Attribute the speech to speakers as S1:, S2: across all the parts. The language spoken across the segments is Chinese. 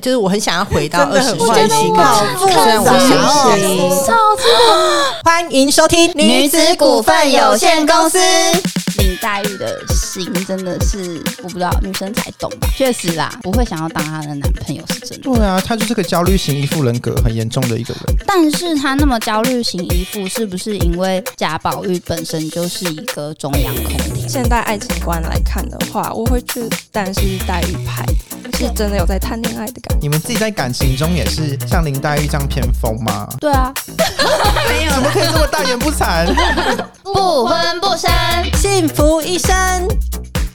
S1: 就是我很想要回到
S2: 真
S1: 二
S2: 的
S1: 十
S2: 很
S1: 岁
S2: 欢
S1: 那
S2: 喜
S1: 个，
S2: 感
S1: 虽然我
S2: 开心
S1: 想要欢迎收听
S3: 林黛玉的心真的是我不知道，女生才懂吧？确实啦，不会想要当她的男朋友是真的，
S4: 对啊，他就是个焦虑型依附人格很严重的一个人。
S3: 但是她那么焦虑型依附，是不是因为贾宝玉本身就是一个中央空调？
S2: 现代爱情观来看的话，我会去当然是黛玉派，是真的有在谈恋爱的感觉。
S4: 你们自己在感情中也是像林黛玉这样偏锋吗？
S3: 对啊，
S4: 没有，怎么可以这么大言不惭？
S3: 不婚不生。
S1: 幸福一生。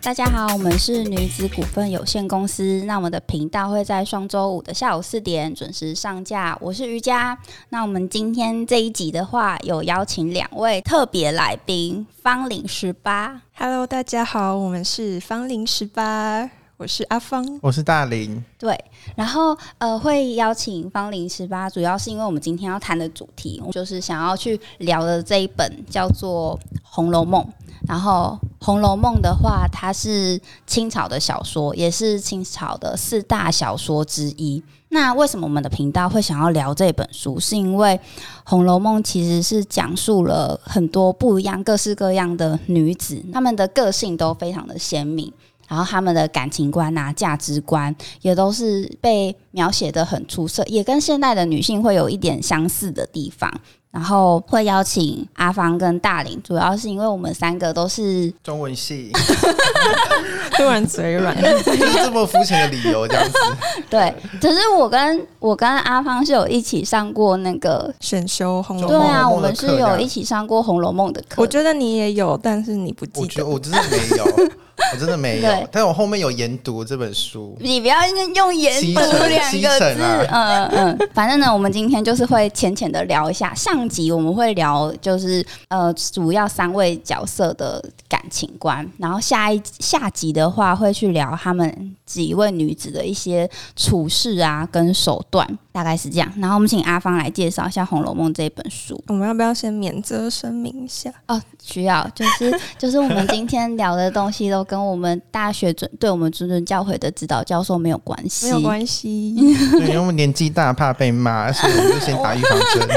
S3: 大家好，我们是女子股份有限公司。那我们的频道会在双周五的下午四点准时上架。我是瑜伽。那我们今天这一集的话，有邀请两位特别来宾，芳龄十八。
S2: Hello，大家好，我们是芳龄十八，我是阿芳。
S4: 我是大林，
S3: 对，然后呃，会邀请芳龄十八，主要是因为我们今天要谈的主题，就是想要去聊的这一本叫做《红楼梦》。然后《红楼梦》的话，它是清朝的小说，也是清朝的四大小说之一。那为什么我们的频道会想要聊这本书？是因为《红楼梦》其实是讲述了很多不一样、各式各样的女子，她们的个性都非常的鲜明，然后她们的感情观啊、价值观，也都是被描写的很出色，也跟现代的女性会有一点相似的地方。然后会邀请阿芳跟大林，主要是因为我们三个都是
S4: 中文系，
S2: 突然嘴软，
S4: 就是这么肤浅的理由这样子。
S3: 对，只是我跟我跟阿芳是有一起上过那个，
S2: 选修红楼
S3: 对
S2: 梦。
S3: 啊，
S4: 红楼梦的
S3: 我们是
S4: 课这
S3: 有
S4: 样
S3: 一起上过《红楼梦》的课
S2: 我。觉得你也有，但是你不记
S4: 我觉
S2: 得
S4: 得。我真的没有，我真的没有
S3: 对。
S4: 但我后面有研读这本书，
S3: 你不要用“研
S4: 七
S3: 读”
S4: 成
S3: 两
S4: 七
S3: 个
S4: 成啊
S3: 字，嗯嗯，嗯反正呢，我们今天就是会浅浅的聊一下上集，我们会聊就是呃，主要三位角色的感情观，然后下一下集的话会去聊他们几位女子的一些处事啊跟手段，大概是这样。然后我们请阿芳来介绍一下《红楼梦》这本书。
S2: 我们要不要先免责声明一下？
S3: 哦，需要就是就是我们今天聊的东西都跟我们大学准对我们谆谆教诲的指导教授没有关系，
S2: 没有关系。
S4: 对，因为我年纪大怕被骂，所以我们就先打预防 针。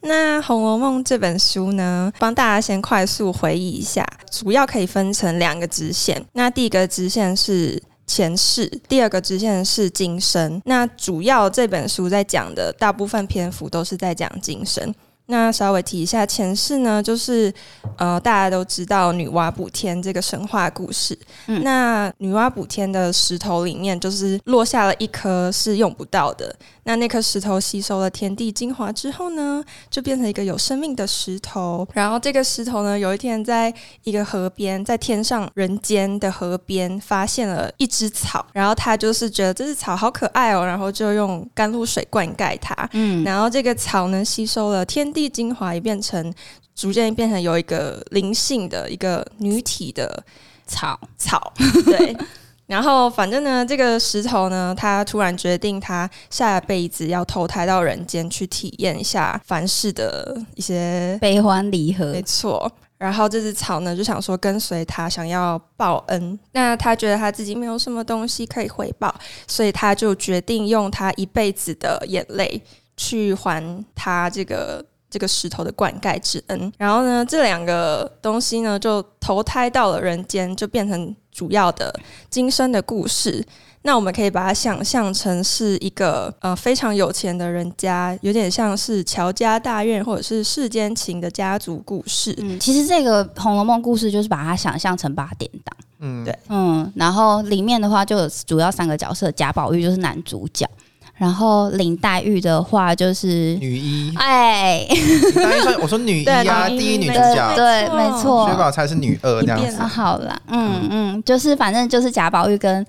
S2: 那《红楼梦》这本书呢，帮大家先快速回忆一下，主要可以分成两个支线。那第一个支线是前世，第二个支线是今生。那主要这本书在讲的大部分篇幅都是在讲今生。那稍微提一下前世呢，就是呃，大家都知道女娲补天这个神话故事。
S3: 嗯
S2: 那女娲补天的石头里面，就是落下了一颗是用不到的。那那颗石头吸收了天地精华之后呢，就变成一个有生命的石头。然后这个石头呢，有一天在一个河边，在天上人间的河边发现了一只草，然后他就是觉得这只草好可爱哦，然后就用甘露水灌溉它。
S3: 嗯，
S2: 然后这个草呢，吸收了天地精华，也变成逐渐变成有一个灵性的一个女体的
S3: 草，
S2: 草，对。然后，反正呢，这个石头呢，他突然决定，他下辈子要投胎到人间去体验一下凡世的一些，
S3: 悲欢离合
S2: 没，错。然后这只草呢，就想说跟随他，想要报恩。那他觉得他自己没有什么东西可以回报，所以他就决定用他一辈子的眼泪去还他这个这个石头的灌溉之恩。然后呢，这两个东西呢，就投胎到了人间，就变成主要的今生的故事。那我们可以把它想象成是一个呃非常有钱的人家，有点像是乔家大院或者是世间情的家族故事。
S3: 嗯，其实这个《红楼梦》故事就是把它想象成八点档，
S4: 嗯，
S2: 对
S3: 嗯，然后里面的话就有主要三个角色，贾宝玉就是男主角，然后林黛玉的话就是，
S4: 女一，
S3: 哎，
S4: 你刚才说我说女一啊，
S2: 对女一
S4: 第一女主
S3: 对
S4: 角，
S3: 对，没错，
S4: 薛宝钗是女二这样
S2: 你
S4: 子
S2: 变。
S3: 啊，好啦，嗯嗯，就是反正就是贾宝玉跟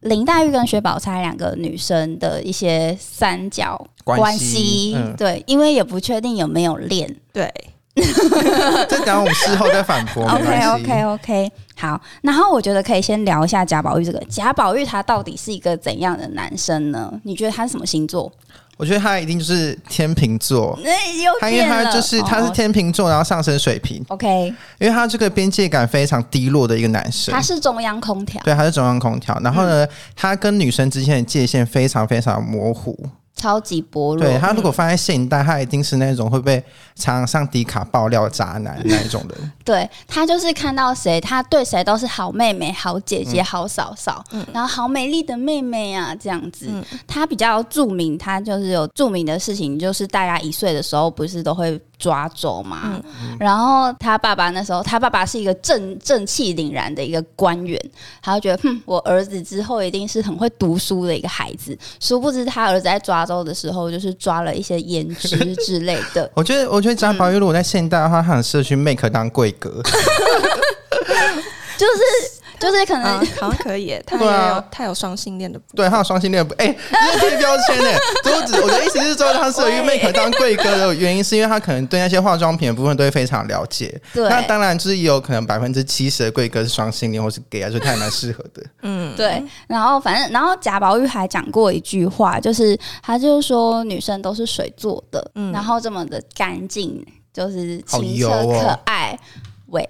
S3: 林黛玉跟薛宝钗两个女生的一些三角
S4: 关系
S3: 系，
S4: 嗯
S3: 对，因为也不确定有没有恋，
S2: 对，
S4: 这等我们事后再反驳。没
S3: OK
S4: 关系
S3: OK OK，好。然后我觉得可以先聊一下贾宝玉这个。贾宝玉他到底是一个怎样的男生呢？你觉得他是什么星座？
S4: 我觉得他一定就是天秤座，
S3: 那、又
S4: 他因为
S3: 变了
S4: 他就是他是
S3: 哦
S4: 天秤座，然后上升水瓶，
S3: OK，
S4: 因为他这个边界感非常低落的一个男生
S3: 他。是中央空调，
S4: 对，他是中央空调。然后呢，他跟女生之间的界限非常非常模糊。
S3: 超级薄弱。
S4: 对他如果放在现代，他一定是那种会被常常上迪卡爆料渣男那一种人。。
S3: 对她就是看到谁，她对谁都是好妹妹、好姐姐、好嫂嫂，然后好美丽的妹妹啊，这样子。她比较著名，她就是有著名的事情，就是大家一岁的时候不是都会抓走嘛。然后她爸爸那时候，她爸爸是一个正正气凛然的一个官员，他就觉得，哼，我儿子之后一定是很会读书的一个孩子。殊不知他儿子在抓周的时候，就是抓了一些胭脂之类的
S4: 我觉得，我觉得贾宝玉如果在现代的话，他很适合去 make 当贵格。
S3: 就是可能
S2: 啊，好像可以耶，他也
S4: 对啊
S2: 有他有双性恋的部分，
S4: 对，他有双性恋，哎、这是贴标签 哎、所以我只我的意思是说，他适合去 make 当贵哥的原因，是因为他可能对那些化妆品的部分都会非常了解。
S3: 对
S4: 那当然就是也有可能百分之七十的贵哥是双性恋或是 gay 啊，所以他也蛮适合 的。
S2: 嗯
S3: 对，然后反正，然后贾宝玉还讲过一句话，就是他就是说女生都是水做的，
S4: 嗯
S3: 然后这么的干净，就是
S4: 好
S3: 清
S4: 油
S3: 澈
S4: 哦
S3: 可爱。喂，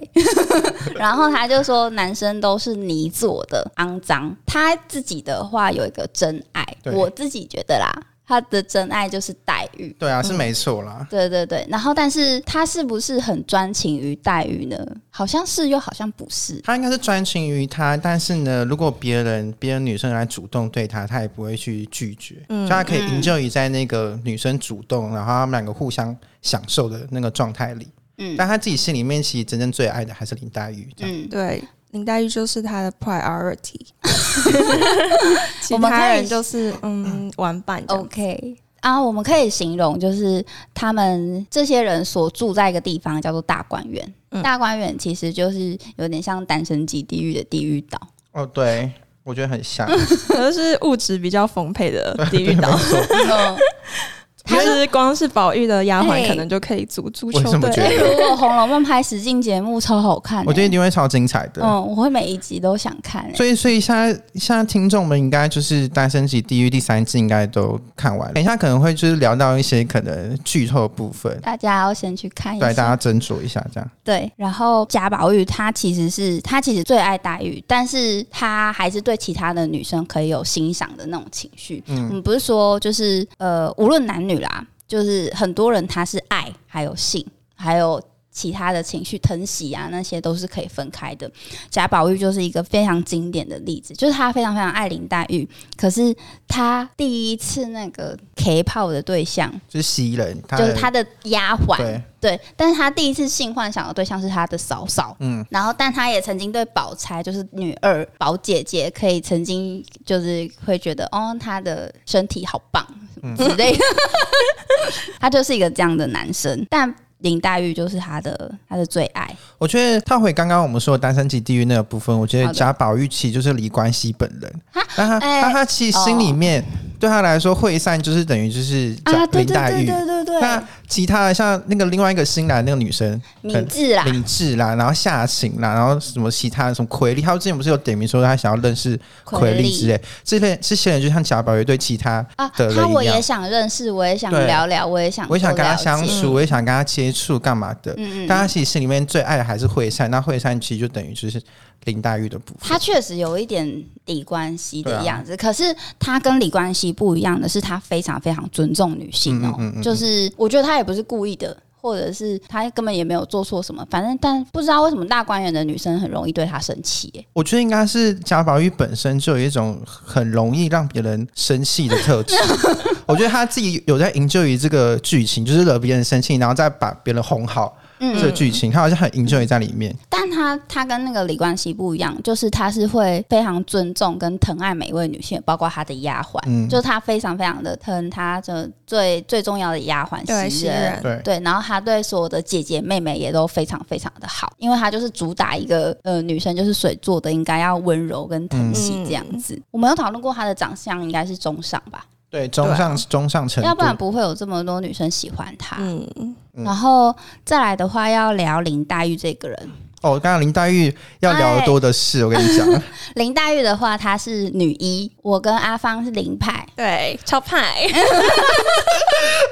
S3: 然后他就说男生都是泥做的，肮脏。他自己的话有一个真爱，
S4: 对
S3: 我自己觉得啦，他的真爱就是黛玉。
S4: 对啊，是没错啦。
S3: 对对对，然后但是他是不是很专情于黛玉呢？好像是又好像不是。
S4: 他应该是专情于他，但是呢，如果别人别的女生来主动对他，他也不会去拒绝，
S3: 嗯
S4: 所以他可以营救于在那个女生主动，然后他们两个互相享受的那个状态里。
S3: 嗯
S4: 但他自己心里面其实真正最爱的还是林黛玉。这样
S3: 嗯，
S2: 对，林黛玉就是他的 priority，其
S3: 我们
S2: 他
S3: 可以哦
S2: 人就是嗯玩伴这样
S3: OK 啊，我们可以形容就是他们这些人所住在一个地方叫做大观园。
S4: 嗯
S3: 大观园其实就是有点像单身级地狱的地狱岛，
S4: 哦，对，我觉得很像。
S2: 可能是物质比较丰沛的地狱岛，
S3: 嗯
S2: 他是光是宝玉的丫鬟
S3: 哎
S2: 可能就可以足足
S4: 我也
S2: 球
S4: 这么觉
S2: 队。啊
S4: 得
S3: 如果《红楼梦》拍实境节目超好看欸、
S4: 我觉得一定会超精彩的。
S3: 嗯，我会每一集都想看、欸。
S4: 所以，所以现在现在听众们应该就是《单身级地狱》第三季应该都看完了，等一下可能会就是聊到一些可能剧透的部分，
S3: 大家要先去看一
S4: 对
S3: 下，
S4: 大家斟酌一下这样。
S3: 对，然后贾宝玉他其实是他其实最爱黛玉，但是他还是对其他的女生可以有欣赏的那种情绪。嗯，不是说就是呃，无论男女啦，就是很多人他是爱，还有性，还有。其他的情绪疼惜啊，那些都是可以分开的。贾宝玉就是一个非常经典的例子，就是他非常非常爱林黛玉，可是他第一次那个 K 炮的对象
S4: 就是袭人，他
S3: 就是他的丫鬟，
S4: 对
S3: 对，但是他第一次性幻想的对象是他的嫂嫂，嗯，然后但他也曾经对宝钗，就是女二宝姐姐，可以曾经就是会觉得，哦，她的身体好棒什
S4: 嗯
S3: 么之类的， 他就是一个这样的男生，但。林黛玉就是他的他的最爱，
S4: 我觉得套回刚刚我们说的单身级地狱那个部分，我觉
S3: 好
S4: 得
S3: 的
S4: 贾宝玉其实就是李冠希本人，但他、
S3: 哎
S4: 但他其实心里面、对他来说会散就是等于就是贾
S3: 啊，对
S4: 林
S3: 对
S4: 黛
S3: 对
S4: 玉。
S3: 对对对，
S4: 那其他的像那个另外一个新来的那个女生，可
S3: 敏
S4: 能
S3: 智啦，
S4: 林志啦，然后夏晴啦，然后什么其他的什么奎利，他之前不是有点名说他想要认识奎利之类，这类这些人就像贾宝玉对其他
S3: 啊，
S4: 的
S3: 他
S4: 人
S3: 我
S4: 一
S3: 也
S4: 样，
S3: 想认识，我也想
S4: 对
S3: 聊聊，我也想，
S4: 我也想跟他相，处，我也想跟他接触，干嘛的？
S3: 嗯嗯，
S4: 但他其实心里面最爱的还是惠善，那惠善其实就等于就是林黛玉的部分
S3: 他。确实有一点李冠希
S4: 对
S3: 的
S4: 啊
S3: 样子，可是他跟李冠希不一样的是，他非常非常尊重女性哦、
S4: 嗯嗯嗯嗯
S3: 就是我觉得他也不是故意的。或者是他根本也没有做错什么，反正但不知道为什么大观园的女生很容易对他生气、欸，
S4: 我觉得应该是贾宝玉本身就有一种很容易让别人生气的特 质。我觉得他自己有在营救于这个剧情，就是惹别人生气，然后再把别人哄好这个
S3: 嗯，
S4: 剧情，他好像很营救于在里面。
S3: 但他他跟那个李冠希不一样，就是他是会非常尊重跟疼爱每一位女性，包括他的丫鬟，
S4: 嗯
S3: 就是他非常非常的疼他的最最重要的丫鬟
S2: 对，
S3: 袭
S2: 袭
S3: 人，
S2: 人，
S4: 对，
S3: 对，然后他对所有的姐姐妹妹也都非常非常的好，因为他就是主打一个呃女生就是水
S4: 嗯
S3: 做的，应该要温柔跟疼惜这样子。我们有讨论过他的长相应该是中上吧？
S4: 对，中上、中上程度，
S3: 啊要不然不会有这么多女生喜欢他。
S2: 嗯，
S4: 嗯
S3: 然后再来的话，要聊林黛玉这个人。
S4: 哦，刚刚林黛玉要聊的多的是，我跟你
S3: 哎
S4: 讲，
S3: 林黛玉的话，她是女一，我跟阿芳是零派。
S2: 对，超派。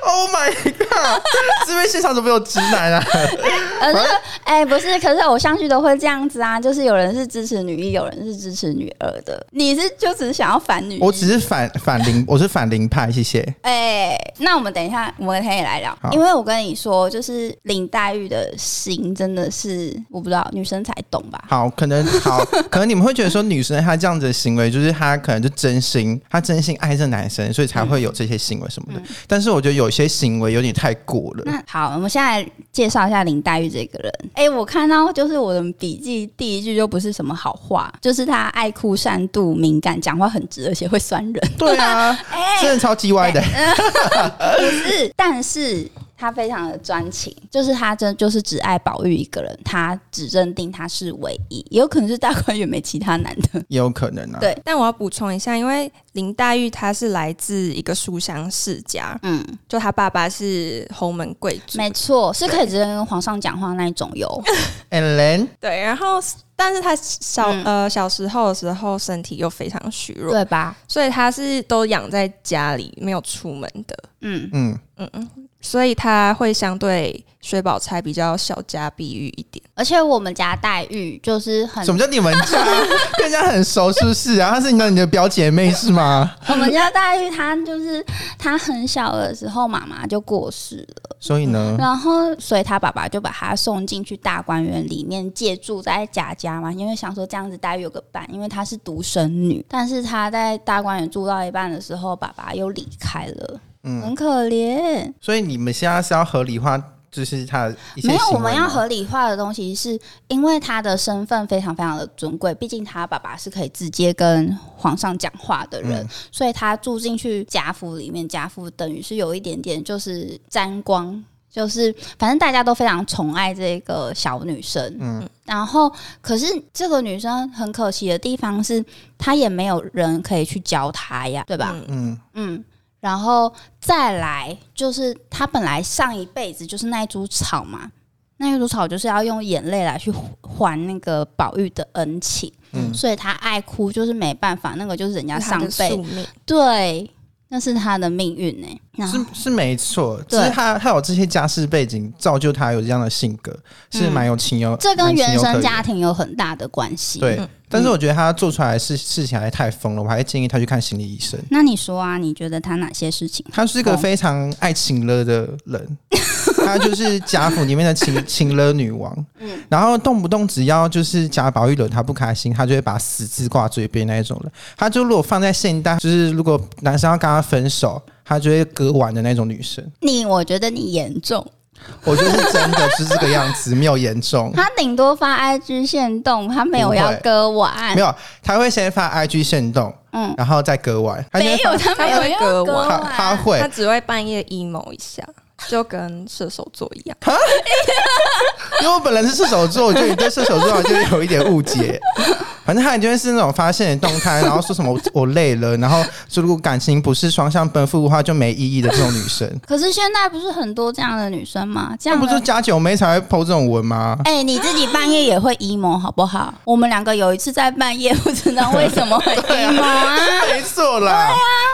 S4: Oh my god！这边现场怎么有直男啊？
S3: 呃，那个哎、不是，可是偶像剧都会这样子啊，就是有人是支持女一，有人是支持女二的。你是就只是想要反女一？
S4: 我只是反反零，我是反零派，谢谢。
S3: 哎、那我们等一下，我们可以来聊
S4: 好，
S3: 因为我跟你说，就是林黛玉的心真的是我不知道，女生才懂吧？
S4: 好，可能 好，可能你们会觉得说女生她这样子的行为，就是她可能就真心，她真心爱这男生，所以才会有这些行为什么的。
S3: 嗯
S4: 但是我觉得有些行为有点太过了。
S3: 那好，我们现在介绍一下林黛玉这个人。哎、我看到就是我的笔记第一句就不是什么好话，就是她爱哭、善妒、敏感，讲话很直，而且会酸 人。
S4: 对 啊，
S3: 哎
S4: 真的超叽歪的、
S3: 不是，但是他非常的专情，就是他真就是只爱宝玉一个人，他只认定他是唯一，也有可能是大观园没其他男的。
S4: 也有可能啊。
S3: 对
S2: 但我要补充一下，因为林黛玉她是来自一个书香世家，
S3: 嗯，
S2: 就她爸爸是侯门贵族，
S3: 没错，是可以直接跟皇上讲话那一种哟。
S4: And then，
S2: 对。然后，但是她小、
S3: 嗯
S2: 呃小时候的时候身体又非常虚弱，
S3: 对吧？
S2: 所以她是都养在家里，没有出门的。
S3: 嗯，
S4: 嗯，
S2: 所以她会相对薛宝钗比较小家碧玉一点。
S3: 而且我们家黛玉就是很
S4: 什，么叫你们家？ 跟人家很熟是不是啊？她是你的你的表姐妹是吗？
S3: 我们家黛玉她就是她很小的时候妈妈就过世了。
S4: 所以呢，
S3: 然后，所以他爸爸就把他送进去大观园里面借住在贾家嘛，因为想说这样子黛玉有个伴，因为她是独生女。但是她在大观园住到一半的时候，爸爸又离开了，
S4: 嗯
S3: 很可怜。
S4: 所以你们现在是要合理化，就是她的一些
S3: 没有，
S4: 行
S3: 我
S4: 为
S3: 们要
S4: 吗
S3: 合理化的东西是因为她的身份非常非常的尊贵，毕竟她爸爸是可以直接跟皇上讲话的人，
S4: 嗯
S3: 所以她住进去贾府里面，贾府等于是有一点点就是沾光。就是，反正大家都非常宠爱这个小女生，嗯，然后可是这个女生很可惜的地方是，她也没有人可以去教她呀，对吧？
S2: 嗯
S4: 嗯，
S3: 嗯，然后再来就是他本来上一辈子就是那一株草嘛，那一株草就是要用眼泪来去还那个宝玉的恩情，
S4: 嗯
S3: 所以他爱哭就是没办法，那个就是人家
S2: 她
S3: 上
S2: 的
S3: 辈
S2: 宿命，
S3: 对，那是他的命运呢、然后
S4: 是是没错，只
S3: 嗯对
S4: 是她她有这些家世背景，造就她有这样的性格，是蛮有情有、
S3: 嗯这跟
S4: 蛮情
S3: 原
S4: 有可
S3: 生
S4: 原
S3: 家庭嗯有很大的关系。，
S4: 对。但是我觉得她做出来的事事情还太疯了，我还建议她去看心理医生。
S3: 那你说啊，你觉得他哪些事情？
S4: 她是一个
S3: 哦
S4: 非常爱情勒的人， 她就是贾府里面的情 情勒女王。
S3: 嗯
S4: 然后动不动只要就是贾宝玉惹她不开心，她就会把死字挂嘴边那一种人。她就如果放在现代，就是如果男生要跟她分手，她就会割腕的那种女生。
S3: 你我觉得你严重，
S4: 我觉得是真的，是这个样子，没有严重。
S3: 他顶多发 IG 限动，他没有
S4: 嗯不
S3: 要
S4: 会
S3: 割腕
S4: 没，有，他会先发 IG 限动，
S3: 嗯，
S4: 然后再割腕。他
S3: 没
S4: 先
S3: 有，啊他没有要割
S2: 他
S3: 腕，
S4: 他他会
S2: 她只会半夜 emo 一下，就跟射手座一样。
S4: 因为我本人是射手座，我觉得你对射手座好像有一点误解。反正他就会是那种发现的动态，然后说什么我我累了，然后说如果感情不是双向奔赴的话就没意义的这种女生，
S3: 可是现在不是很多这样的女生吗？这
S4: 那
S3: 样
S4: 不
S3: 的
S4: 是啊加九妹才会 PO 这种文吗？
S3: 哎、你自己半夜也会 emo 好不好？我们两个有一次在半夜，不知道为什么 会 emo 啊。
S4: 没错啦，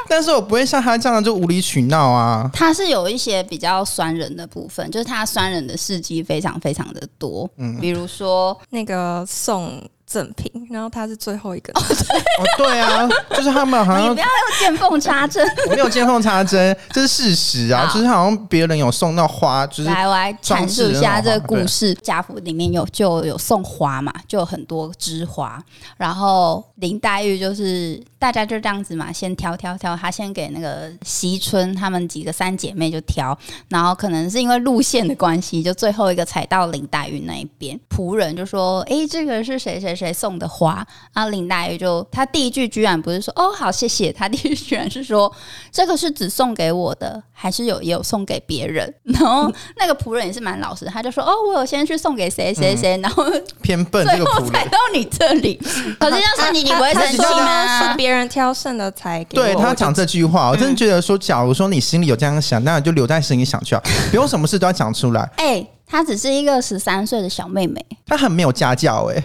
S4: 但是我不会像他这样就无理取闹啊。
S3: 他是有一些比较酸人的部分，就是他酸人的事迹非常非常的多，
S4: 嗯
S3: 比如说
S2: 那个送赠品，然后她是最后一个。
S4: 哦，对啊，就是他们好
S3: 你
S4: 像
S3: 哎不要用见缝插针。
S4: 我没有见缝插针，这是事实啊，
S3: 好
S4: 就是好像别人有送到花，就是
S3: 来，我来阐述一下这个故
S4: 装
S3: 事。贾府里面有就有送花嘛，就有很多枝花。然后林黛玉就是大家就这样子嘛，先挑挑挑，她先给那个惜春她们几个三姐妹就挑，然后可能是因为路线的关系，就最后一个踩到林黛玉那一边。仆人就说：“诶，这个是谁谁谁送的花。然后林黛玉就她第一句居然不是说哦好谢谢，她第一句居然是说这个是只送给我的，还是有也有送给别人。然后那个仆人也是蛮老实的，他就说哦我有先去送给谁谁谁，然后
S4: 偏笨
S3: 最
S4: 嗯哦这个
S3: 后
S4: 仆
S3: 才
S4: 人。
S3: 到你这 里。可是要是你，你不会
S2: 他
S3: 生气
S2: 说
S3: 吗
S2: 是？别人挑剩的才给我，
S4: 对他讲这句话，我真的嗯觉得说，假如说你心里有这样想，那你就留在心里想 去啊，不用什么事都要讲出来。
S3: 哎、她只是一个十三岁的小妹妹，
S4: 他很没有家教哎、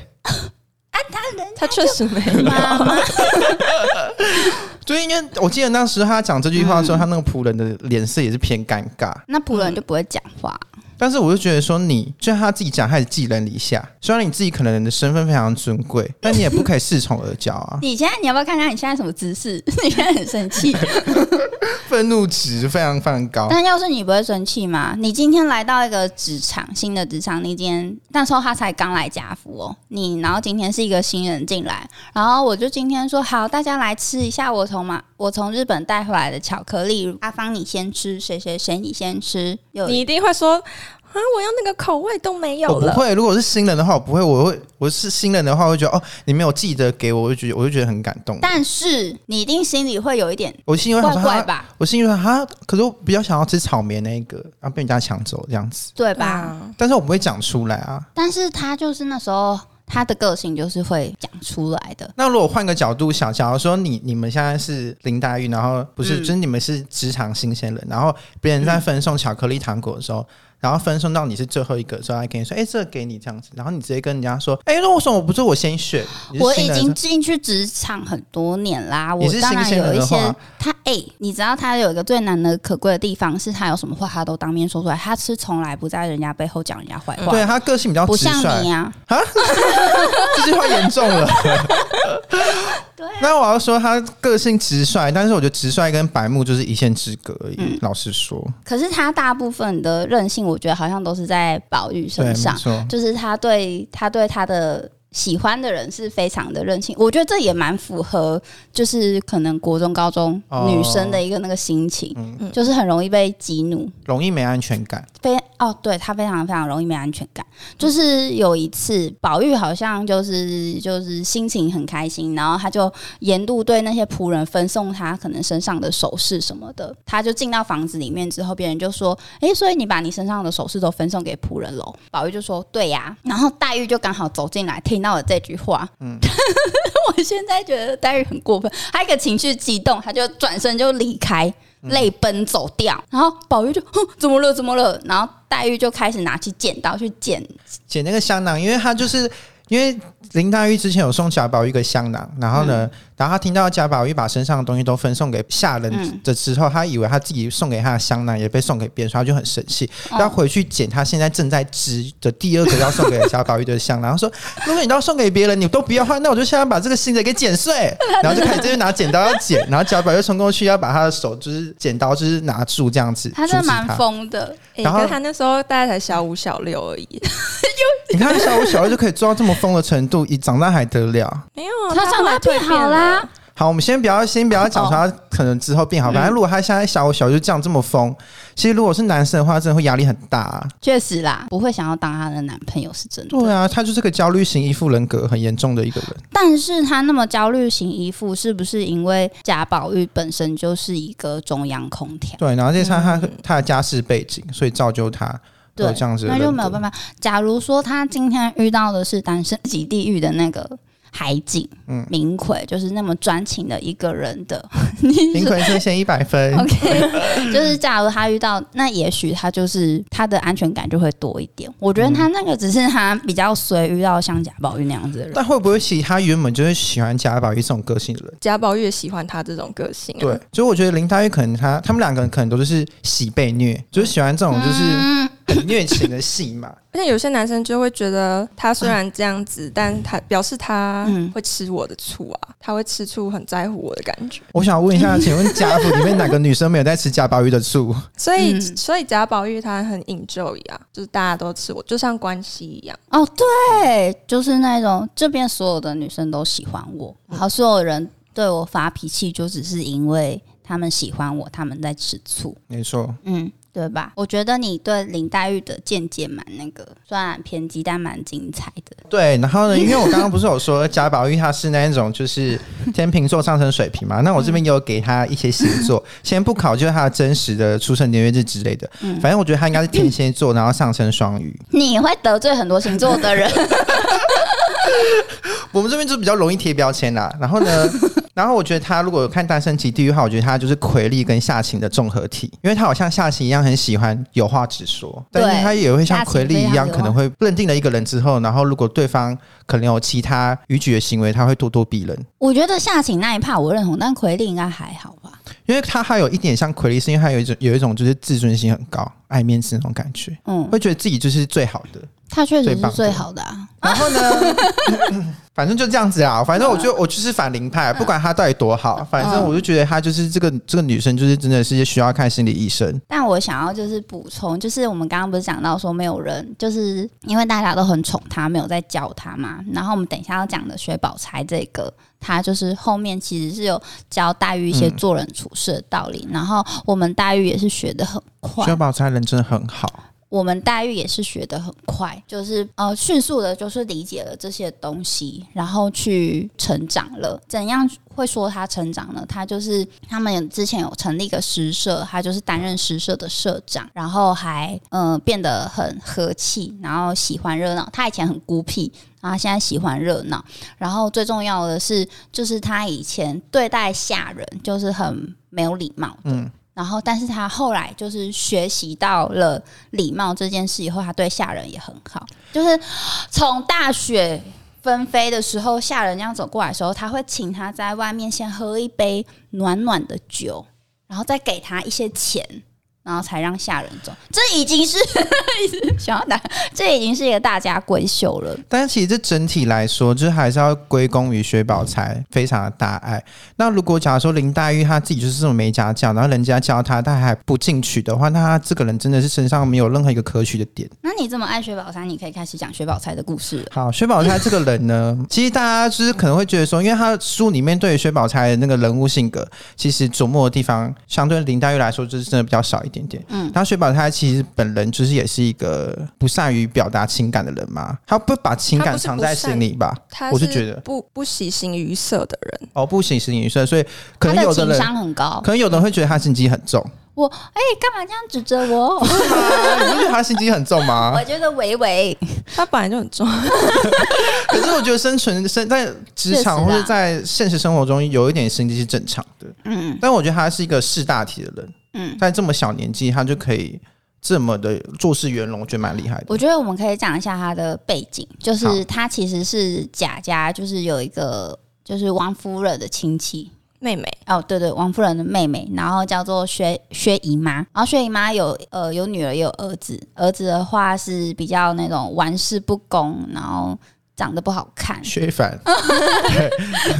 S2: 他确 实没有。
S3: 妈妈
S4: 对，因为我记得那时候他讲这句话的时候，他那个仆人的脸色也是偏尴尬。
S3: 那仆人就不会讲话。，
S4: 但是我就觉得说你，虽然他自己讲，他也寄人篱下。虽然你自己可能你的身份非常尊 贵，但你也不可以恃宠而骄啊
S3: 你现在你要不要看看你现在什么姿势？ 你现在很生气，
S4: 愤怒值非常非常高。
S3: 但要是你不会生气吗？你今天来到一个职场，新的职场，你今天那时候他才刚来家福哦，你然后今天是一个新人进来，然后我就今天说好，大家来吃一下我从马我从日本带回来的巧克力，阿芳你先吃，谁谁谁你先吃，有
S2: 你一定会说啊，我要那个口味都没有
S4: 我哦不
S2: 了。
S4: 会，如果是新人的话，我不会，我会，我是新人的话，我会觉得哦，你没有记得给我，我就觉得我就觉得很感动。
S3: 但是你一定心里会有一点
S4: 我心里会想
S3: 怪
S4: 说，
S3: 怪
S4: 哈
S3: 吧，
S4: 我心里会想哈，可是我比较想要吃草莓那一个，然后被人家抢走这样子，
S3: 对吧？
S2: 吧？
S4: 但是我不会讲出来啊。
S3: 但是他就是那时候他的个性就是会讲出来的，
S4: 那如果换个角度想，假如说你你们现在是林黛玉，然后不
S3: 嗯
S4: 是，就是你们是职场新鲜人，然后别人在分送巧克力糖果的时候，然后分送到你是最后一个的时候，他给你说，哎、这个给你这样子，然后你直接跟人家说，哎、那为什么不是我先选？你是
S3: 我
S4: 新
S3: 已
S4: 人的
S3: 经
S4: 时
S3: 进去职场很多年啦，
S4: 你
S3: 我
S4: 是
S3: 当
S4: 新
S3: 然
S4: 鲜
S3: 有
S4: 人
S3: 一
S4: 的
S3: 些
S4: 话
S3: 他哎、你知道他有一个最难能可贵的地方是他有什么话他都当面说出来，他是从来不在人家背后讲人家坏
S4: 候
S3: 话，
S4: 对他个性比较
S3: 不
S4: 直
S3: 像
S4: 率
S3: 你，啊，
S4: 这句话严重了。
S3: 对啊
S4: 那我要说他个性直率，但是我觉得直率跟白目就是一线之隔而已。
S3: 嗯
S4: 老实说，
S3: 可是他大部分的任性，我觉得好像都是在宝玉
S4: 对，没
S3: 身上，
S4: 错。
S3: 就是他对他对他的。喜欢的人是非常的任性，我觉得这也蛮符合，就是可能国中、高中
S4: 哦
S3: 女生的一个那个心情，
S4: 嗯
S3: 就是很容易被激怒。
S4: 容易没安全感，
S3: 非哦，对他非常非常容易没安全感。就是有一次，宝玉好像就是就是心情很开心，然后他就沿路对那些仆人分送他可能身上的首饰什么的。他就进到房子里面之后，别人就说：“诶，所以你把你身上的首饰都分送给仆人喽？”宝玉就说：“对呀、然后黛玉就刚好走进来，听到了这句话。嗯， 我现在觉得黛玉很过分，她一个情绪激动，她就转身就离开。泪奔走掉，然后宝玉就哼怎么了怎么了，然后黛玉就开始拿起剪刀去剪，
S4: 捡那个香囊，因为他就是因为林黛玉之前有送贾宝玉一个香囊，然后
S3: 嗯
S4: 呢，然后他听到贾宝玉把身上的东西都分送给下人
S3: 嗯
S4: 的时候，他以为他自己送给他的香囊也被送给别人，所以他就很生气，
S3: 哦
S4: 他回去捡他现在正在织的第二个要送给贾宝玉的香囊，然 后说：“如果你都要送给别人，你都不要换，那我就现在把这个新的给 剪碎。”然后就开始就是拿剪刀要剪，然后贾宝玉冲过去要把他的手就是剪刀就是拿住这样子，
S3: 她真
S4: 阻
S3: 的
S4: 止
S3: 蛮
S4: 他
S3: 疯的。
S2: 诶
S4: 然后
S2: 可是他那时候大概才小五、小六而已，
S4: 你看小五小六就可以做到这么疯的程度，以长大还得了？
S2: 没有啊，
S3: 她长
S2: 后
S3: 大
S2: 来蜕
S3: 变好
S2: 了
S3: 啦，，
S4: 好，我们先不要先不要讲说他可能之后变好，反正如果他现在小五小六就这样这么疯，其实如果是男生的话，真的会压力很大、啊。
S3: 确实啦，不会想要当她的男朋友是真的。
S4: 对啊，他就是个焦虑型依附人格很严重的一个人。
S3: 但是她那么焦虑型依附，是不是因为贾宝玉本身就是一个中央空调？
S4: 对，然后再加上他、他的家世背景，所以造就他有
S3: 对，
S4: 这样子的
S3: 那
S4: 人格，
S3: 就没有办法。假如说她今天遇到的是单身级地狱的那个海景，
S4: 嗯
S3: 嗯，明奎就是那么专情的一个人的，
S4: 林奎先先一 百分，
S3: OK，就是假如他遇到，那也许他就是他的安全感就会多一点。我觉得
S4: 嗯
S3: 他那个只是他比较随遇到像贾宝玉那样子的人。
S4: 但会不会其实他原本就是喜欢贾宝玉这种个性的人？
S2: 贾宝玉也喜欢他这种个性、啊，
S4: 对，所以我觉得林黛玉可能他他们两个人可能都是喜被虐，就是喜欢这种就是
S3: 嗯，
S4: 很虐情的戏嘛。
S2: 而且有些男生就会觉得，他虽然这样子，但他表示他
S3: 嗯
S2: 会吃我的醋啊，他会吃醋，很在乎我的感觉。
S4: 我想问一下，请问家福里面哪个女生没有在吃贾宝玉的醋？
S2: 所以，
S3: 嗯
S2: 所以贾宝玉他很 enjoy 啊，就是大家都吃我，就像关系一样。
S3: 哦，对，就是那种这边所有的女生都喜欢我，
S4: 嗯
S3: 然后所有人对我发脾气，就只是因为他们喜欢我，他们在吃醋。
S4: 没错，
S3: 嗯，对吧？我觉得你对林黛玉的见解蛮那个，虽然偏激，但蛮精彩的。
S4: 对，然后呢，因为我刚刚不是有说贾宝玉他是那一 种就是天秤座上升水平嘛，那我这边也有给他一些星座，
S3: 嗯
S4: 先不考究他的真实的出生年月日之类的，
S3: 嗯
S4: 反正我觉得他应该是天蝎座，然后上升双鱼。
S3: 你会得罪很多星座的人，
S4: 我们这边就比较容易贴标签啦。然后 呢，然后我觉得他如果有看《单身级地狱》的话，我觉得他就是奎丽跟夏晴的综合体，因为他好像夏晴一样很喜欢有话直说，
S3: 对
S4: 但是他也会像
S3: 夏晴
S4: 奎丽一
S3: 非常
S4: 样，
S3: 有话
S4: 可能会认定了一个人之后，然后如果对方可能有其他逾矩的行为，他会咄咄逼人。
S3: 我觉得夏晴那一趴我认同，但奎丽应该还好吧？
S4: 因为他还有一点像奎丽，是因为他有一种有一种就是自尊心很高、爱面子那种感觉，
S3: 嗯，
S4: 会觉得自己就是最好的。
S3: 她确实
S4: 最
S3: 是
S4: 棒
S3: 最好的啊。
S4: 然后呢，反正就这样子啊，反正我就我就是反灵派，不管她到底多好，反正我就觉得她就是这个这个女生，就是真的是需要看心理医生。
S3: 但我想要就是补充，就是我们刚刚不是讲到说没有人，就是因为大家都很宠他，没有在教他嘛。然后我们等一下要讲的薛宝钗这个，她就是后面其实是有教黛玉一些做人处事的道理。然后我们黛玉也是学的很快
S4: 薛，宝钗人真的很好，
S3: 我们黛玉也是学的很快，就是呃迅速的，就是理解了这些东西，然后去成长了。怎样会说她成长呢？她就是他们之前有成立一个诗社，她就是担任诗社的社长，然后还呃变得很和气，然后喜欢热闹。她以前很孤僻。然后她现在喜欢热闹，然后最重要的是，就是她以前对待下人就是很没有礼貌，
S4: 嗯，
S3: 然后，但是他后来就是学习到了礼貌这件事以后，他对下人也很好。就是从大雪纷飞的时候，下人这样走过来的时候，他会请他在外面先喝一杯暖暖的酒，然后再给他一些钱，然后才让下人走。这已经是 想要打，这已经是一个大家闺秀了。
S4: 但是其实这整体来说，就是还是要归功于薛宝钗非常的大爱。那如果假如说林黛玉她自己就是这种没家教，然后人家教她，她还不进取的话，那她这个人真的是身上没有任何一个可取的点。
S3: 那你这么爱薛宝钗，你可以开始讲薛宝钗的故事了。
S4: 好，薛宝钗这个人呢，其实大家就是可能会觉得说，因为他书里面对于薛宝钗的那个人物性格，其实琢磨的地方相对林黛玉来说，就是真的比较少一点点。嗯，然后薛宝钗其实本人就是也是一个不善于表达情感的人嘛，她不把情
S2: 她
S4: 感
S2: 不是
S4: 藏
S2: 不
S4: 在
S2: 善
S4: 心里吧？
S2: 他
S4: 我就觉得
S2: 不不喜形于色的人，
S4: 哦，不行，是女生，所以
S3: 她
S4: 可能
S3: 的
S4: 有的
S3: 情
S4: 人，
S3: 商很高
S4: 可，能有的人会觉得她心机很重，
S3: 我哎，干、嘛这样指责我？
S4: 啊你不觉得她心机很重吗？
S3: 我觉得维维
S2: 他本来就很重。
S4: 可是我觉得生存生在职
S3: 确实
S4: 场
S3: 啊
S4: 或者在现实生活中有一点心机是正常的，嗯，但我觉得他是一个识大体的人，嗯，在这么小年纪他就可以这么的做事圆融，我觉得蛮厉害的
S3: 我。觉得我们可以讲一下他的背景，就
S4: 好，
S3: 是他其实是贾家，就是有一个就是王夫人的亲戚。
S2: 妹妹，
S3: 哦，对对，王夫人的妹妹，然后叫做薛薛姨妈，然后薛姨妈有呃有女儿也有儿子，儿子的话是比较那种玩世不恭，然后长得不好看
S4: 薛凡，
S3: 嗯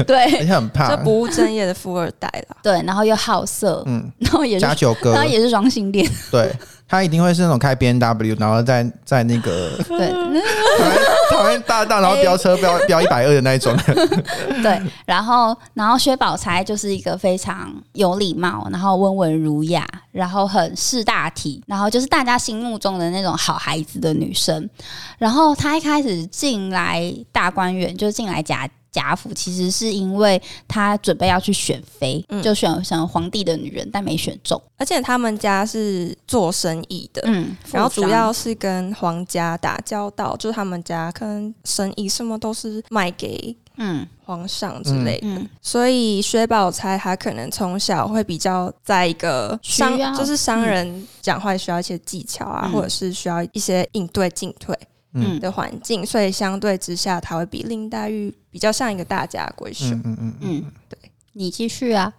S3: 对
S4: 而且
S2: 这
S4: 很怕，
S2: 不务正业的富二代啦。
S3: 对，然后又好色，
S4: 嗯，
S3: 然后也是
S4: 加九
S3: 然
S4: 哥
S3: 后，也是双性恋，
S4: 对他一定会是那种开 B N W，然后在在那 个
S3: 对，
S4: 台湾台湾大道，然后飙车飙飙一百二的那一种，
S3: 哎 对，然后然后薛宝钗就是一个非常有礼貌，然后温文儒雅，然后很识大体，然后就是大家心目中的那种好孩子的女生。然后她一开始进来大观园，就进来贾贾府，其实是因为她准备要去选妃，
S2: 嗯
S3: 就选成皇帝的女人，但没选中。
S2: 而且他们家是做生意的，
S3: 嗯，
S2: 然后主
S3: 富商
S2: 要是跟皇家打交道，就是他们家可能生意什么都是卖给
S3: 嗯
S2: 皇上之类的，
S3: 嗯
S2: 所以薛宝钗她可能从小会比较在一个
S3: 需
S2: 商
S3: 要，
S2: 就是商
S4: 嗯
S2: 人讲话需要一些技巧啊，
S3: 嗯
S2: 或者是需要一些应对进退
S3: 嗯，
S2: 的环境，所以相对之下，她会比林黛玉比较像一个大家闺秀。
S4: 嗯嗯嗯，
S3: 嗯，
S2: 对，
S3: 你继续啊，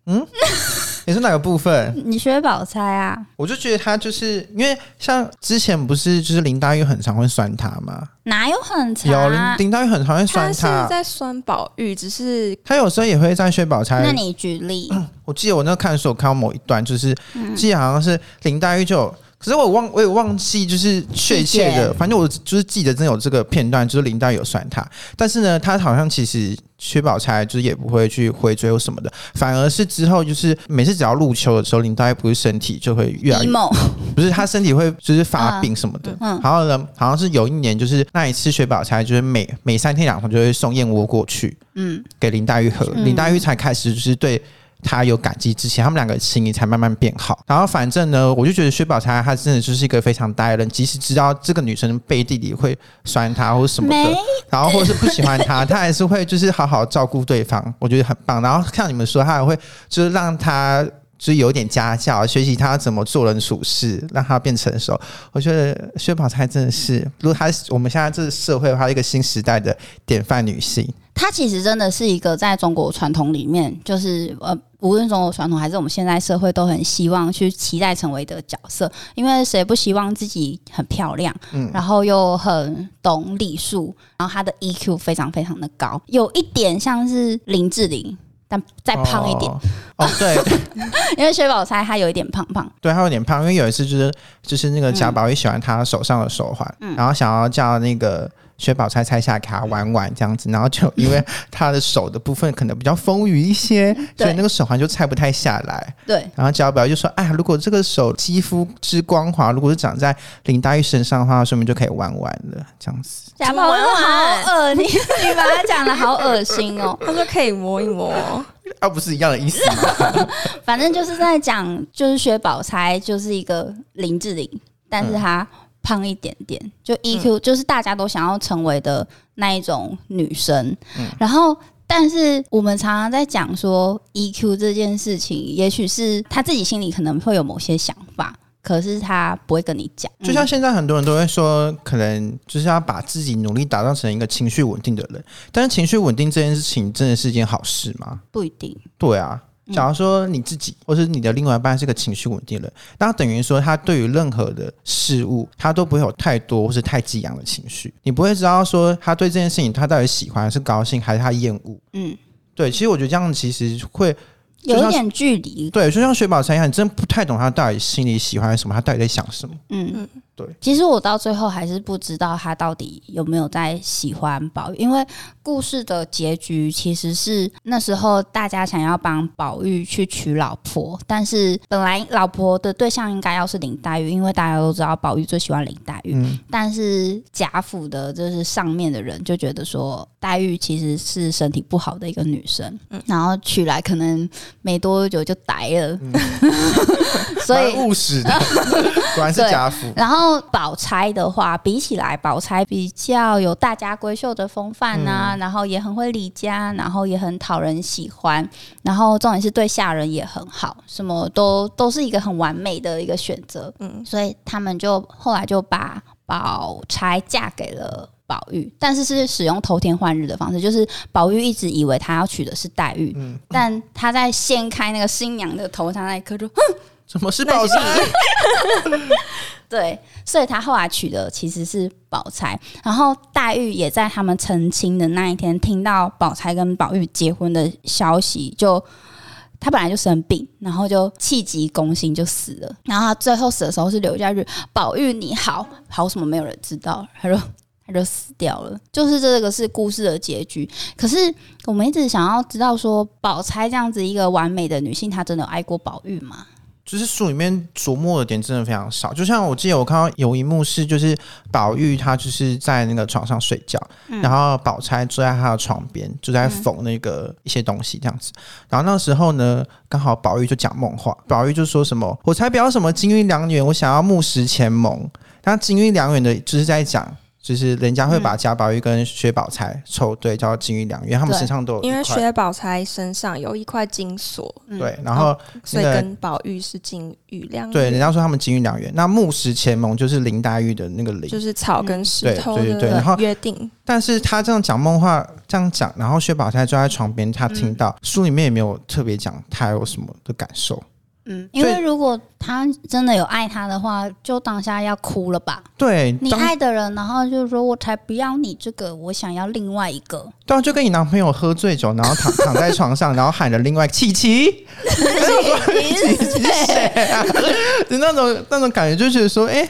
S4: 你是哪个部分？
S3: 你薛宝钗啊，
S4: 我就觉得他就是因为像之前不是就是林黛玉很常会酸他嘛，
S3: 哪有很长
S4: 有林
S3: 啊？
S4: 林黛玉很常会酸
S2: 她是
S4: 他，
S2: 在酸宝玉，只是
S4: 他有时候也会在薛宝
S3: 那
S4: 钗。
S3: 你举例，
S4: 我记得我那个看书，我看到某一段，就是记得好像是林黛玉就有可是我忘我也忘记就是确切
S3: 细
S4: 的
S3: 节，
S4: 反正我就是记得真有这个片段，就是林黛有酸他，但是呢，他好像其实薛宝钗就是也不会去回追或什么的，反而是之后就是每次只要入秋的时候，林黛不是身体就会 越来越
S3: emo，
S4: 不是他身体会就是发病什么的。
S3: 嗯嗯嗯
S4: 然后呢，好像是有一年就是那一次薛宝钗就是每每三天两头就会送燕窝过去
S3: 嗯，
S4: 给林黛玉喝，
S3: 嗯
S4: 林黛玉才开始就是对。她有感激之情，他们两个情谊才慢慢变好。然后反正呢，我就觉得薛宝钗她真的就是一个非常呆的人，即使知道这个女生背地里会酸她或什么的
S3: 没，
S4: 然后或是不喜欢 他，他还是会就是好好照顾对方，我觉得很棒。然后像你们说，他还会就是让他就是有点家教，学习他怎么做人处事，让他变成熟。我觉得薛宝钗真的是，如果她是我们现在这个社会，她一个新时代的典范女性，
S3: 她其实真的是一个在中国传统里面，就是呃，无论中国传统还是我们现在社会，都很希望去期待成为的角色，因为谁不希望自己很漂亮，
S4: 嗯
S3: 然后又很懂礼数，然后她的 EQ 非常非常的高，有一点像是林志玲。但再胖一点，
S4: 哦。哦，对
S3: 因为薛宝钗她有一点胖胖，
S4: 对，她有点胖，因为有一次就是就是那个贾宝玉喜欢她手上的手环，
S3: 嗯
S4: 然后想要叫那个薛宝钗拆下给她玩玩这样子，然后就因为她的手的部分可能比较丰腴一些，所以那个手环就拆不太下来。
S3: 对，
S4: 然后贾宝玉就说：“哎呀，如果这个手肌肤之光滑，如果是长在林黛玉身上的话，说明就可以玩玩了。”这样子，
S3: 贾宝玉好恶，你你把 它讲的好恶心哦。
S2: 他说可以摸一摸，
S4: 啊，不是一样的意思吗？
S3: 反正就是在讲，就是薛宝钗就是一个林志玲，但是她
S4: 嗯
S3: 胖一点点，就 EQ、就是大家都想要成为的那一种女生。
S4: 嗯
S3: 然后，但是我们常常在讲说 EQ 这件事情，也许是她自己心里可能会有某些想法，可是她不会跟你讲。嗯
S4: 就像现在很多人都会说，可能就是要把自己努力打造成一个情绪稳定的人，但是情绪稳定这件事情真的是一件好事吗？
S3: 不一定，
S4: 对啊，
S3: 嗯
S4: 假如说你自己或是你的另外一半是个情绪稳定的人，那等于说他对于任何的事物，他都不会有太多或是太激昂的情绪，你不会知道说他对这件事情他到底喜欢是高兴还是他厌恶。
S3: 嗯，
S4: 对，其实我觉得这样其实会就像
S3: 有一点距离，
S4: 对，就像雪宝一样，你真的不太懂他到底心里喜欢什么，他到底在想什么。
S3: 嗯，
S4: 对。
S3: 其实我到最后还是不知道他到底有没有在喜欢宝玉，因为故事的结局其实是那时候大家想要帮宝玉去娶老婆，但是本来老婆的对象应该要是林黛玉，因为大家都知道宝玉最喜欢林黛玉，
S4: 嗯，
S3: 但是贾府的就是上面的人就觉得说，黛玉其实是身体不好的一个女生，然后娶来可能没多久就呆了， 所以
S4: 嗯蛮务实 的，果然是
S3: 对
S4: 家父。
S3: 然后宝钗的话，比起来宝钗比较有大家闺秀的风范啊，然后也很会理家，然后也很讨人喜欢，然后重点是对下人也很好，什么都都是一个很完美的一个选择。嗯，所以他们就后来就把宝钗嫁给了。宝玉，但是是使用头天换日的方式，就是宝玉一直以为他要娶的是黛玉，
S4: 嗯
S3: 但他在掀开那个新娘的头上那一刻就
S4: 怎么是宝钗？
S3: 对，所以他后来娶的其实是宝钗，然后黛玉也在他们成亲的那一天听到宝钗跟宝玉结婚的消息，就她本来就生病，然后就气急攻心就死了，然后她最后死的时候是留下一句“宝玉你好”，好什么没有人知道，她 就她就死掉了，就是这个是故事的结局。可是我们一直想要知道说，宝钗这样子一个完美的女性，她真的有爱过宝玉吗？
S4: 就是书里面琢磨的点真的非常少。就像我记得我看到有一幕是，就是宝玉他就是在那个床上睡觉，然后宝钗坐在他的床边，就在缝那个一些东西这样子。然后那时候呢，刚好宝玉就讲梦话，宝玉就说什么：“我才不要什么金玉良缘，我想要木石前盟。”那金玉良缘的就是在讲。就是人家会把贾宝玉跟薛宝钗凑对，叫金玉良缘，他们
S3: 对
S4: 身上都有
S2: 因
S4: 一
S2: 为
S4: 块
S2: 薛宝钗身上有一块金锁，
S3: 嗯
S4: 对，然后
S2: 所以
S4: 那个
S2: 跟宝玉是金玉两
S4: 对人
S2: 玉，
S4: 家说他们金玉良缘。那木石前盟就是林黛玉的那个林，
S2: 就是草跟石
S4: 对
S2: 头
S4: 嗯对对对然后
S2: 的约定。
S4: 但是他这样讲梦话，这样讲，
S2: 嗯
S4: 然后薛宝钗坐在床边，她听到、书里面也没有特别讲她有什么的感受，
S3: 嗯，因为如果他真的有爱他的话，就当下要哭了吧。
S4: 对，
S3: 你
S4: 当
S3: 爱的人，然后就说我才不要你这个，我想要另外一个。
S4: 对啊，就跟你男朋友喝醉酒，然后躺躺在床上，然后喊着另外琪琪，琪琪是谁啊？就那种那种感觉，就觉得说，哎、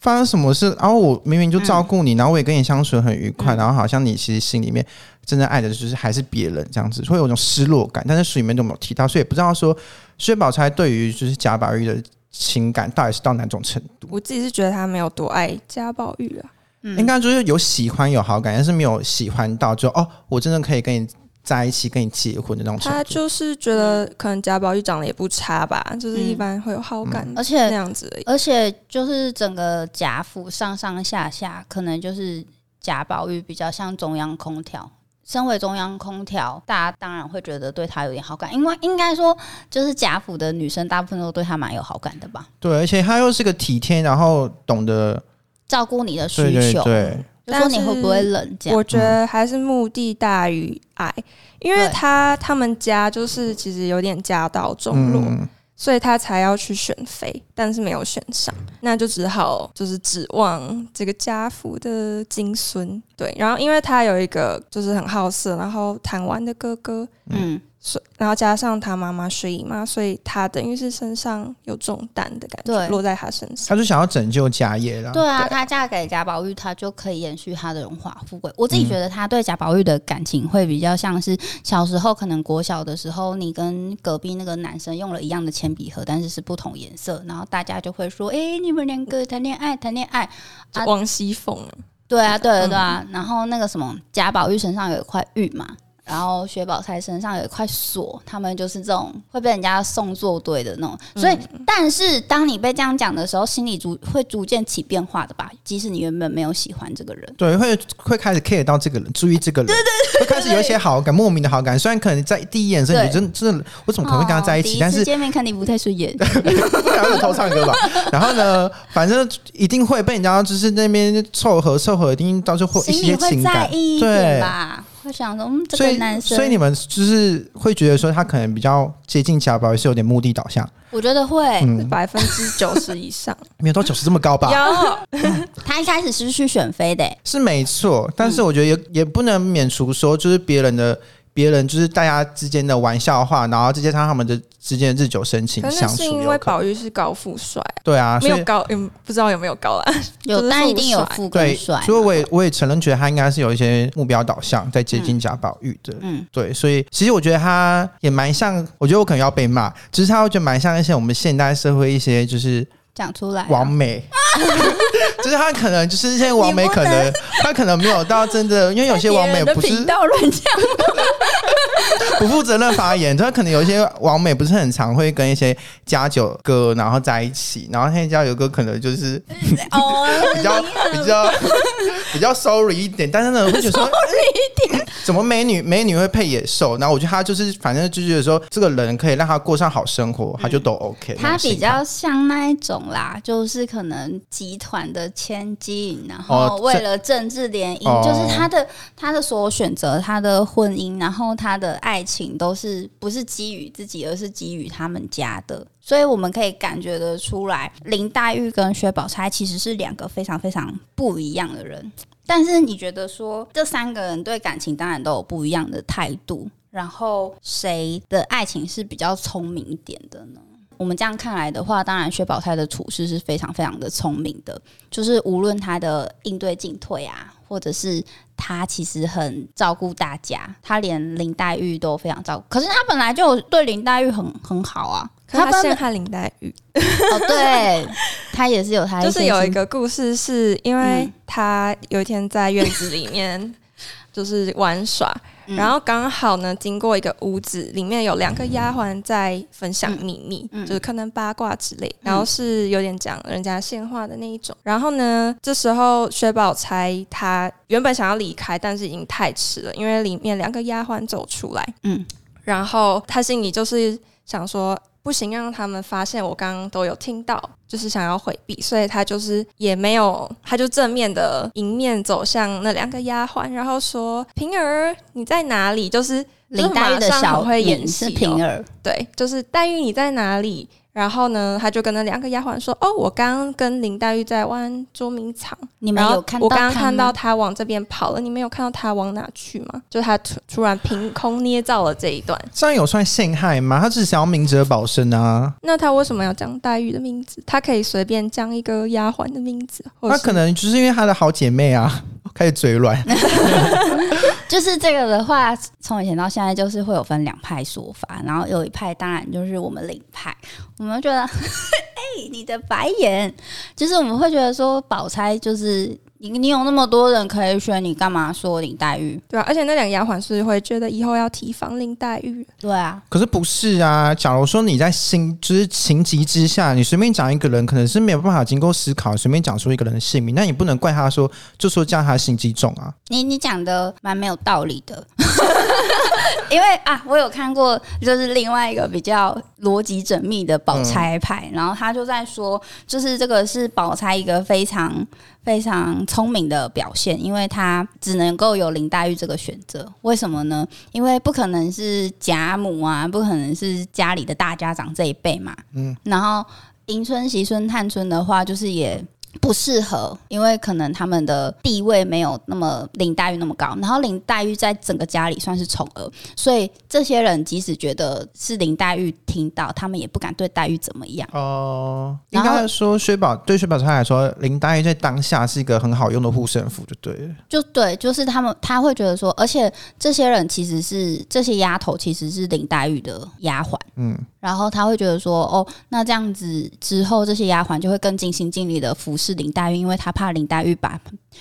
S4: 发生什么事？然后我明明就照顾你，然后我也跟你相处得很愉快，然后好像你其实心里面真正爱的就是还是别人这样子，会有一种失落感。但是书里面都没有提到，所以也不知道说薛宝钗对于就是贾宝玉的情感到底是到哪种程度。
S2: 我自己是觉得他没有多爱家暴欲啊，
S3: 嗯
S4: 应该就是有喜欢有好感，但是没有喜欢到就哦，我真的可以跟你在一起，跟你结婚的那种程
S2: 他
S4: 度。
S2: 就是觉得可能家暴欲长得也不差吧，就是
S4: 嗯
S2: 一般会有好感，
S3: 而且
S2: 那
S4: 啊
S2: 样子而已。
S3: 而且就是整个贾府上上下下，可能就是贾宝玉比较像中央空调。身为中央空调，大家当然会觉得对他有点好感，因为应该说就是贾府的女生大部分都对他蛮有好感的吧，
S4: 对，而且他又是个体贴，然后懂得
S3: 照顾你的需
S4: 对对
S3: 求，
S4: 对，
S3: 就说你会不会冷这样。
S2: 我觉
S4: 嗯
S2: 得还是目的大于爱，因为
S3: 对
S2: 他他们家就是其实有点家道中落，
S4: 嗯，
S2: 所以他才要去选妃，但是没有选上，
S4: 嗯
S2: 那就只好就是指望这个家福的金孙。对，然后因为他有一个就是很好色，然后贪玩的哥哥，
S3: 嗯，
S2: 所然后加上他妈妈薛姨妈，所以他等于是身上有重担的感觉
S3: 对
S2: 落在他身上。
S4: 他就想要拯救家业啦。
S3: 对啊，
S2: 对
S3: 她嫁给贾宝玉，她就可以延续她的荣华富贵。我自己觉得她对贾宝玉的感情会比较像是小时候，可能国小的时候，你跟隔壁那个男生用了一样的铅笔盒，但是是不同颜色，然后大家就会说：“哎、你们两个谈恋爱，谈恋爱。啊
S2: 王熙凤啊，”
S3: 对啊，对啊，对啊。
S4: 嗯
S3: 然后那个什么，贾宝玉身上有一块玉嘛。然后薛宝钗身上有一块锁，他们就是这种会被人家送作对的那种，
S4: 嗯
S3: 所以但是当你被这样讲的时候，心里逐会逐渐起变化的吧。即使你原本没有喜欢这个人，
S4: 对，会会开始 care 到这个人，注意这个人，会开始有一些好感，莫名的好感。虽然可能在第一眼的时候，你
S3: 对
S4: 就真真的，我怎么可能会跟他在一
S3: 哦
S4: 起？但
S3: 第一次
S4: 是
S3: 见面看你不太 顺眼，
S4: 不想要偷唱 歌吧。然后呢，反正一定会被人家就是那边凑合凑合，一定到最后 一
S3: 心里
S4: 些
S3: 会
S4: 情
S3: 在
S4: 感。
S3: 意一点
S4: 对，
S3: 吧，会想说，嗯，这
S4: 所
S3: 个
S4: 以
S3: 男生，
S4: 所以你们就是会觉得说他可能比较接近贾宝玉是有点目的导向，
S3: 我觉得会。
S2: 是
S4: 嗯，
S2: 百分之九十以 上。
S4: 没有到九十这么高吧？
S2: 有，
S3: 他一开始是去选妃的、
S4: 是没错，但是我觉得也、也不能免除说，就是别人的别人就是大家之间的玩笑话，然后再加上他们的之间的日久生情
S2: 可
S4: 相
S2: 能
S4: 处
S2: 是因
S4: 有
S2: 为
S4: 可能，
S2: 宝玉是高富帅，
S4: 对啊，
S2: 没
S4: 所
S2: 有
S4: 以
S2: 高，嗯，不知道有没有高啦。
S3: 有
S2: 就是
S3: 但一定有
S2: 富帅
S3: 富跟
S4: 对，
S3: 帅，
S4: 所以我也我也承认，觉得他应该是有一些目标导向在接近贾宝玉的。
S3: 嗯，
S4: 对，所以其实我觉得他也蛮像，我觉得我可能要被骂，只是他我觉得蛮像一些我们现代社会一些就是
S3: 讲出来啊、
S4: 王美， 就是他可能就是现在王美可能 他可能没有到真的，因为有些王
S3: 别
S4: 美
S3: 人的
S4: 不是
S3: 频道乱讲，
S4: 不负责任发言，他可能有一些网美不是很常会跟一些家酒哥然后在一起，然后现在家酒哥可能就是
S3: 哦，
S4: 比较比较 比较 sorry 一点，但是呢，我会觉 得说 sorry 一点，怎么美女美女会配野兽？然后我觉得他就是反正就觉得说这个人可以让他过上好生活，他就都 OK
S3: 他
S4: 那种心态。
S3: 比较像那一种啦，就是可能集团的千金，然
S4: 哦
S3: 后为了政治联姻，
S4: 哦
S3: 就是他的他的所有选择，他的婚姻，然后他的爱情都是不是基于自己，而是基于他们家的。所以我们可以感觉得出来，林黛玉跟薛宝钗其实是两个非常非常不一样的人。但是你觉得说这三个人对感情当然都有不一样的态度，然后谁的爱情是比较聪明一点的呢？我们这样看来的话，当然薛宝钗的处事是非常非常的聪明的，就是无论她的应对进退啊，或者是她其实很照顾大家，她连林黛玉都非常照顾。可是她本来就对林黛玉很很好啊，
S2: 可 是他
S3: 本
S2: 陷
S3: 来
S2: 害林黛玉，
S3: 哦，对，她也是有 她
S2: 就是
S3: 些
S2: 有一
S3: 心
S2: 个故事，是因为
S3: 嗯
S2: 他有一天在院子里面 就是玩耍，
S3: 嗯
S2: 然后刚好呢经过一个屋子，里面有两个丫鬟在分享秘密，
S3: 嗯嗯
S2: 就是可能八卦之类，然后是有点讲人家闲话的那一种。然后呢，这时候薛宝钗她原本想要离开，但是已经太迟了，因为里面两个丫鬟走出来，
S3: 嗯
S2: 然后他心里就是想说，不行让他们发现我刚刚都有听到，就是想要回避，所以他就是也没有，他就正面的迎面走向那两个丫鬟，然后说：“平儿，你在哪里？”就是
S3: 林黛玉的
S2: 就是马上
S3: 小
S2: 很会演
S3: 是
S2: 戏、
S3: 平
S2: 哦，
S3: 儿，
S2: 对，就是黛玉你在哪里？然后呢，他就跟那两个丫鬟说：“哦，我刚刚跟林黛玉在玩捉迷藏，
S3: 你们
S2: 然
S3: 有
S2: 后
S3: 看到
S2: 我刚刚
S3: 他
S2: 看
S3: 吗
S2: 到他往这边跑了，你们有看到他往哪去吗？”就他突突然凭空捏造了这一段。
S4: 这样有算陷害吗？他只是想要明哲保身啊，
S2: 那他为什么要讲黛玉的名字？他可以随便讲一个丫鬟的名字，或
S4: 他
S2: 是
S4: 可能就是因为他的好姐妹啊， 开始嘴软。
S3: 就是这个的话，从以前到现在就是会有分两派说法，然后有一派当然就是我们领派，我们觉得， 哎、你的白眼，就是我们会觉得说宝钗就是你，你有那么多人可以选，你干嘛说林黛玉？
S2: 对啊，而且那两个丫鬟是会觉得以后要提防林黛玉，
S3: 对啊，
S4: 可是不是啊？假如说你在心就是情急之下，你随便讲一个人，可能是没有办法经过思考，随便讲出一个人的姓名，那你不能怪他说就说这样他心机重啊。
S3: 你你讲的蛮没有道理的。 因为啊，我有看过，就是另外一个比较逻辑缜密的宝钗派，然后他就在说，就是这个是宝钗一个非常非常聪明的表现，因为他只能够有林黛玉这个选择。为什么呢？因为不可能是贾母啊，不可能是家里的大家长这一辈嘛。嗯，然后迎春、惜春、探春的话，就是也不适合，因为可能他们的地位没有那么林黛玉那么高。然后林黛玉在整个家里算是宠儿，所以这些人即使觉得是林黛玉听到，他们也不敢对黛玉怎么样。
S4: 哦、应
S3: 然后
S4: 该说薛宝对薛宝钗来说，林黛玉在当下是一个很好用的护身符，就对了。
S3: 就对，就是他们他会觉得说，而且这些人其实是这些丫头其实是林黛玉的丫鬟，
S4: 嗯，
S3: 然后他会觉得说，哦，那这样子之后这些丫鬟就会更尽心尽力的服侍林黛玉，因为他怕林黛玉把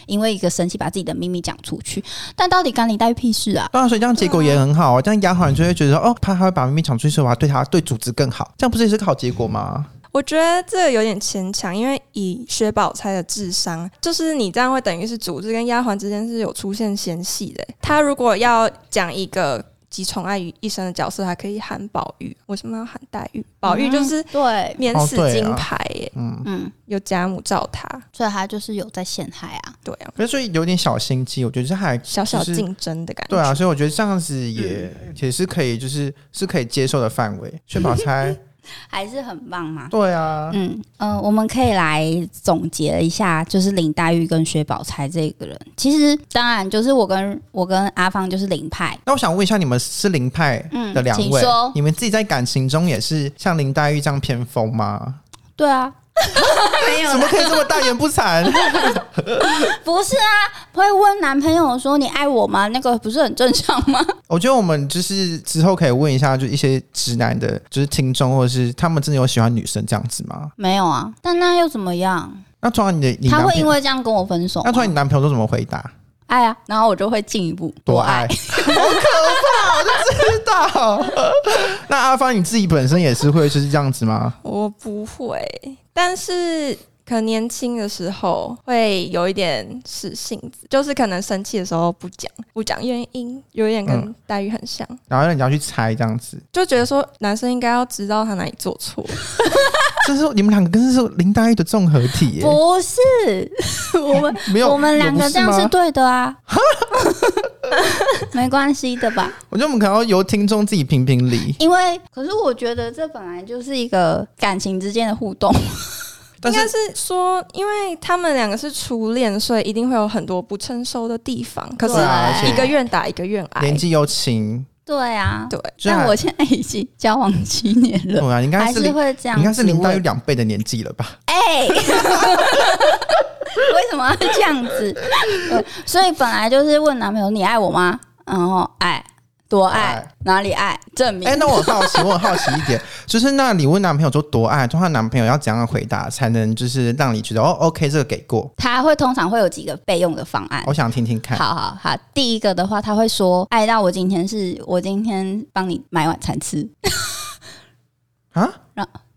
S3: 因为一个生气把自己的秘密讲出去，但到底干林黛玉屁事啊？
S4: 当然，所以这样结果也很好啊。这样丫鬟就会觉得说哦，怕她会把秘密讲出去，所以我要对她对组织更好，这样不是也是个好结果吗？
S2: 我觉得这有点牵强，因为以薛宝钗的智商，就是你这样会等于是主子跟丫鬟之间是有出现嫌隙的。她如果要讲一个集宠爱于一身的角色，还可以喊宝玉，为什么要喊黛玉？宝玉就是
S3: 嗯对，
S2: 免死
S4: 哦
S2: 金牌耶，
S4: 嗯，
S3: 嗯，
S2: 有贾母罩她，
S3: 所以他就是有在陷害啊。
S2: 对啊，
S4: 可是所以有点小心机，我觉得这还
S2: 小小
S4: 就是
S2: 竞争的感觉。嗯
S4: 对啊，所以我觉得这样子也、也是可以，就是是可以接受的范 围。薛宝钗，
S3: 还是很棒嘛。
S4: 对啊，
S3: 嗯呃，我们可以来总结一下，就是林黛玉跟薛宝钗这个人。其实当然就是我跟我跟阿芳就是林派，
S4: 那我想问一下，你们是林派的两
S3: 嗯请
S4: 位，
S3: 说
S4: 你们自己在感情中也是像林黛玉这样偏锋吗？
S3: 对啊，没有
S4: 怎么可以这么大言不惭？
S3: 不是啊，会问男朋友说你爱我吗？那个不是很正常 吗？
S4: 我觉得我们就是之后可以问一下，就一些直男的，就是听众或者是他们真的有喜欢女生这样子吗？
S3: 没有啊，但那又怎么样？
S4: 那突然你的你
S3: 他
S4: 男
S3: 会
S4: 朋
S3: 因
S4: 友，
S3: 为这样跟我分手吗？
S4: 那突然你男朋友都怎么回答？
S3: 爱啊，然后我就会进一步
S4: 多爱，
S3: 爱。
S4: 好可怕，我就知道。那阿芳你自己本身也是会就是这样子吗？
S2: 我不会，但是可能年轻的时候会有一点是性子，就是可能生气的时候不讲，不讲原因，有一点跟黛玉很像，
S4: 然后让你要去猜这样子，
S2: 就觉得说男生应该要知道他哪里做错。
S4: 这是你们两个跟是林黛玉的综合体耶，
S3: 不是， 我们
S4: 没有
S3: 我们两个这样
S4: 有不
S3: 是
S4: 吗
S3: 对的 啊， 没关系的吧？
S4: 我觉得我们可能要由听众自己评评理，
S3: 因为，可是我觉得这本来就是一个感情之间的互 动，
S4: 但
S2: 应该
S4: 是
S2: 是说，因为他们两个是初恋，所以一定会有很多不成熟的地方。可
S3: 对
S2: 是
S4: 啊而且
S2: 一个愿打一个愿挨
S4: 年，纪又轻，
S3: 对啊。
S2: 对，
S4: 虽然
S3: 但我现在已经交往七年
S4: 对
S3: 了，
S4: 啊，你应该
S3: 还
S4: 是
S3: 是
S4: 林，
S3: 会这样子问。
S4: 你应该是林黛玉两倍的年纪 了吧？
S3: 哎，为什么要这样子？对，所以本来就是问男朋友你爱我吗？然后爱多爱
S4: 爱
S3: 哪里爱证明
S4: 哎、。那我很好奇，我很好奇一点，就是那你问男朋友说多爱，通常男朋友要怎样回答才能就是让你觉得哦，OK，这个给过？
S3: 他会通常会有几个备用的方案。
S4: 我想听听看。
S3: 好好好，第一个的话，他会说爱到我今天是我今天帮你买晚餐吃
S4: 啊，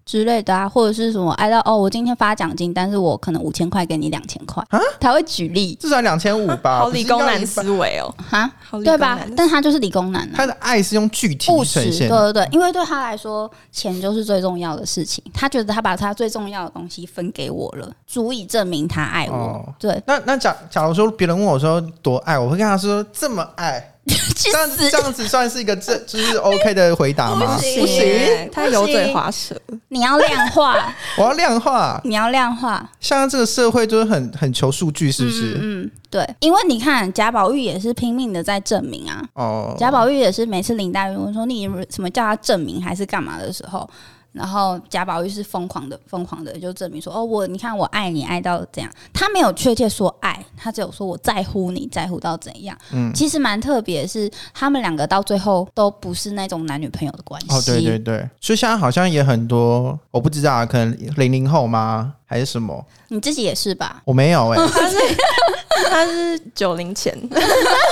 S3: 之类的啊，或者是什么爱到哦，我今天发奖金，但是我可能五千块给你两千块
S4: 啊，
S3: 他会举例
S4: 至少两千五 吧，
S2: 好
S4: 不是
S2: 理工
S4: 要
S2: 男
S4: 一
S2: 思
S4: 般
S2: 维哦，
S3: 哈，
S2: 好理
S3: 对
S2: 工
S3: 吧
S2: 男？的
S3: 但他就是理工男、啊，
S4: 他的爱是用具体
S3: 务实，
S4: 呈
S3: 对
S4: 现，
S3: 对对，因为对他来说，钱就是最重要的事情。他觉得他把他最重要的东西分给我了，足以证明他爱我。
S4: 哦
S3: 对，
S4: 那那假假如说别人问我说多爱，我会跟他说这么爱，
S3: 去
S4: 这样
S3: 死
S4: 这！样子算是一个这 就是 OK 的回答吗？
S3: 行不
S2: 耶他油嘴
S3: 行
S2: 滑舌。
S3: 你要量化，
S4: 我要量化，
S3: 你要量化，
S4: 现在这个社会就是很很求数据，是不是？
S3: 嗯嗯，对，因为你看贾宝玉也是拼命的在证明啊，
S4: 哦，
S3: 贾宝玉也是每次林黛玉问说你什么叫他证明还是干嘛的时候，然后贾宝玉是疯狂的疯狂的就证明说哦我你看我爱你爱到怎样，他没有确切说爱，他只有说我在乎你在乎到怎样。
S4: 嗯
S3: 其实蛮特别的是，他们两个到最后都不是那种男女朋友的关系。
S4: 哦，对对对，所以现在好像也很多，我不知道啊，可能零零后吗，还是什么？
S3: 你自己也是吧？
S4: 我没有哎、
S2: 他是他是九零前，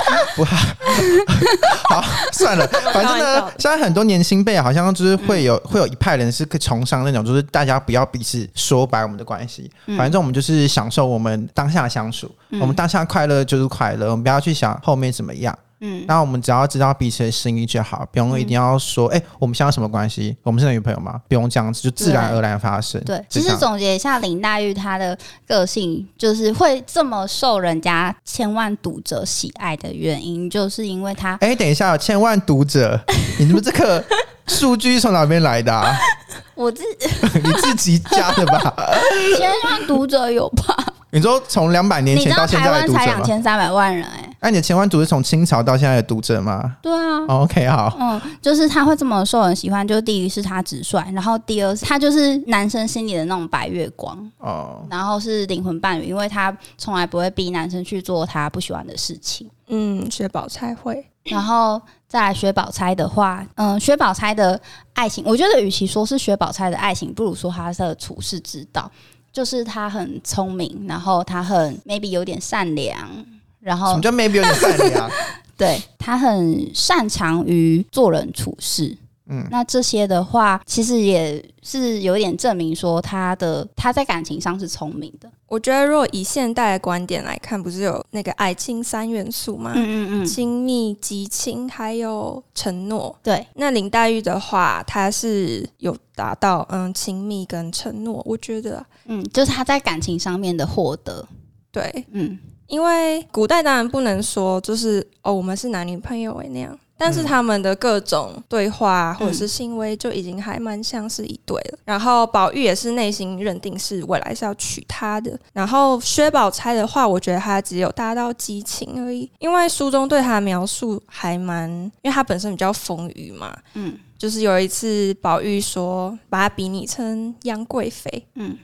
S4: 好，算了，反正
S2: 开玩笑
S4: 呢
S2: 的，嗯
S4: 现在很多年轻辈啊好像就是会有、会有一派人是可以崇尚那种，就是大家不要彼此说白我们的关系，
S3: 嗯
S4: 反正我们就是享受我们当下的相处，
S2: 嗯
S4: 我们当下快乐就是快乐，我们不要去想后面怎么样。
S3: 嗯
S4: 那我们只要知道彼此的心意就好，不用一定要说，
S2: 嗯
S4: 哎、我们现在什么关系？我们是男女朋友吗？不用这样子，就自然而然发生。
S3: 对，
S4: 就
S3: 其
S4: 这
S3: 实
S4: 样
S3: 总结一下，林黛玉她的个性就是会这么受人家千万读者喜爱的原因，就是因为她
S4: 哎、等一下，千万 读者，你们这个数据是从哪边来的、啊？
S3: 我自
S4: 你自己加的吧？
S3: 千万读者有吧？
S4: 你说从两百 年
S3: 你知
S4: 前
S3: 道
S4: 到现
S3: 台
S4: 在的
S3: 湾
S4: 读
S3: 才
S4: 者
S3: 两
S4: 吗？
S3: 千三百万人哎、
S4: 那、你的千万读者是从清朝到现在的读者吗、
S3: 对啊。
S4: o k 好，
S3: 嗯，就是他会这么受人喜欢，就第一是他直率，然后第二是他就是男生心里的那种白月光，
S4: 哦，
S3: 然后是灵魂伴侣，因为他从来不会逼男生去做他不喜欢的事情。
S2: 嗯，雪宝菜会，
S3: 然后再来薛宝钗的话，嗯，薛宝钗的爱情，我觉得与其说是薛宝钗的爱情，不如说她的处世之道，就是她很聪明，然后她很 maybe 有点善良，然
S4: 什
S3: 后
S4: 么叫 maybe 有点啊善 良？
S3: 对她很擅长于做人处事。
S4: 嗯，
S3: 那这些的话，其实也是有点证明说她的她在感情上是聪明的。
S2: 我觉得如果以现代的观点来看，不是有那个爱情三元素吗？
S3: 嗯嗯嗯，
S2: 亲密、激情还有承诺。
S3: 对，
S2: 那林黛玉的话，她是有达到嗯亲密跟承诺，我觉得
S3: 嗯，就是她在感情上面的获得。
S2: 对，
S3: 嗯，
S2: 因为古代当然不能说就是哦，我们是男女朋友诶那样，但是他们的各种对话或者是行为就已经还蛮像是一对了。然后宝玉也是内心认定是未来是要娶她的。然后薛宝钗的话，我觉得她只有达到激情而已，因为书中对她的描述还蛮，因为她本身比较丰腴嘛，
S3: 嗯
S2: 嗯。就是有一次，宝玉说把她比拟成杨贵妃，
S3: 嗯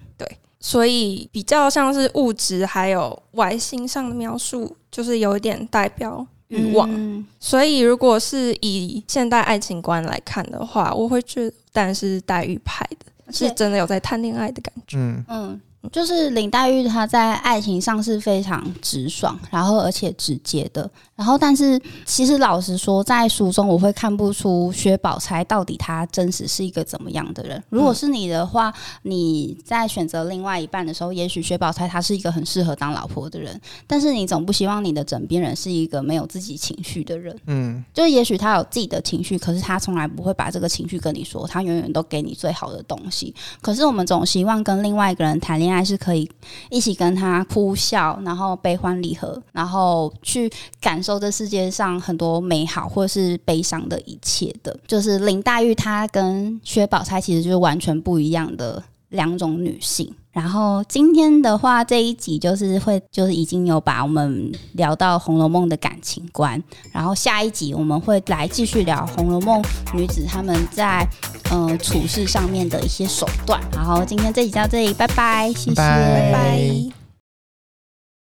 S2: 所以比较像是物质还有外形上的描述，就是有一点代表欲望。
S3: 嗯
S2: 所以如果是以现代爱情观来看的话，我会觉得当然是黛玉派的，
S3: 且
S2: 是真的有在谈恋爱的感觉。
S4: 嗯，
S3: 嗯，就是林黛玉她在爱情上是非常直爽，然后而且直接的。然后，但是其实老实说，在书中我会看不出薛宝钗到底她真实是一个怎么样的人。如果是你的话，你在选择另外一半的时候，也许薛宝钗她是一个很适合当老婆的人，但是你总不希望你的枕边人是一个没有自己情绪的人。
S4: 嗯，
S3: 就是也许他有自己的情绪，可是他从来不会把这个情绪跟你说，他永远都给你最好的东西。可是我们总希望跟另外一个人谈恋爱是可以一起跟他哭笑，然后悲欢离合，然后去感受这世界上很多美好或是悲伤的一切的。就是林黛玉她跟薛宝钗其实就是完全不一样的两种女性。然后今天的话，这一集就是会就是已经有把我们聊到《红楼梦》的感情观，然后下一集我们会来继续聊《红楼梦》女子她们在呃处事上面的一些手段。然后今天这集到这里，拜拜，谢谢，
S4: 拜
S2: 拜。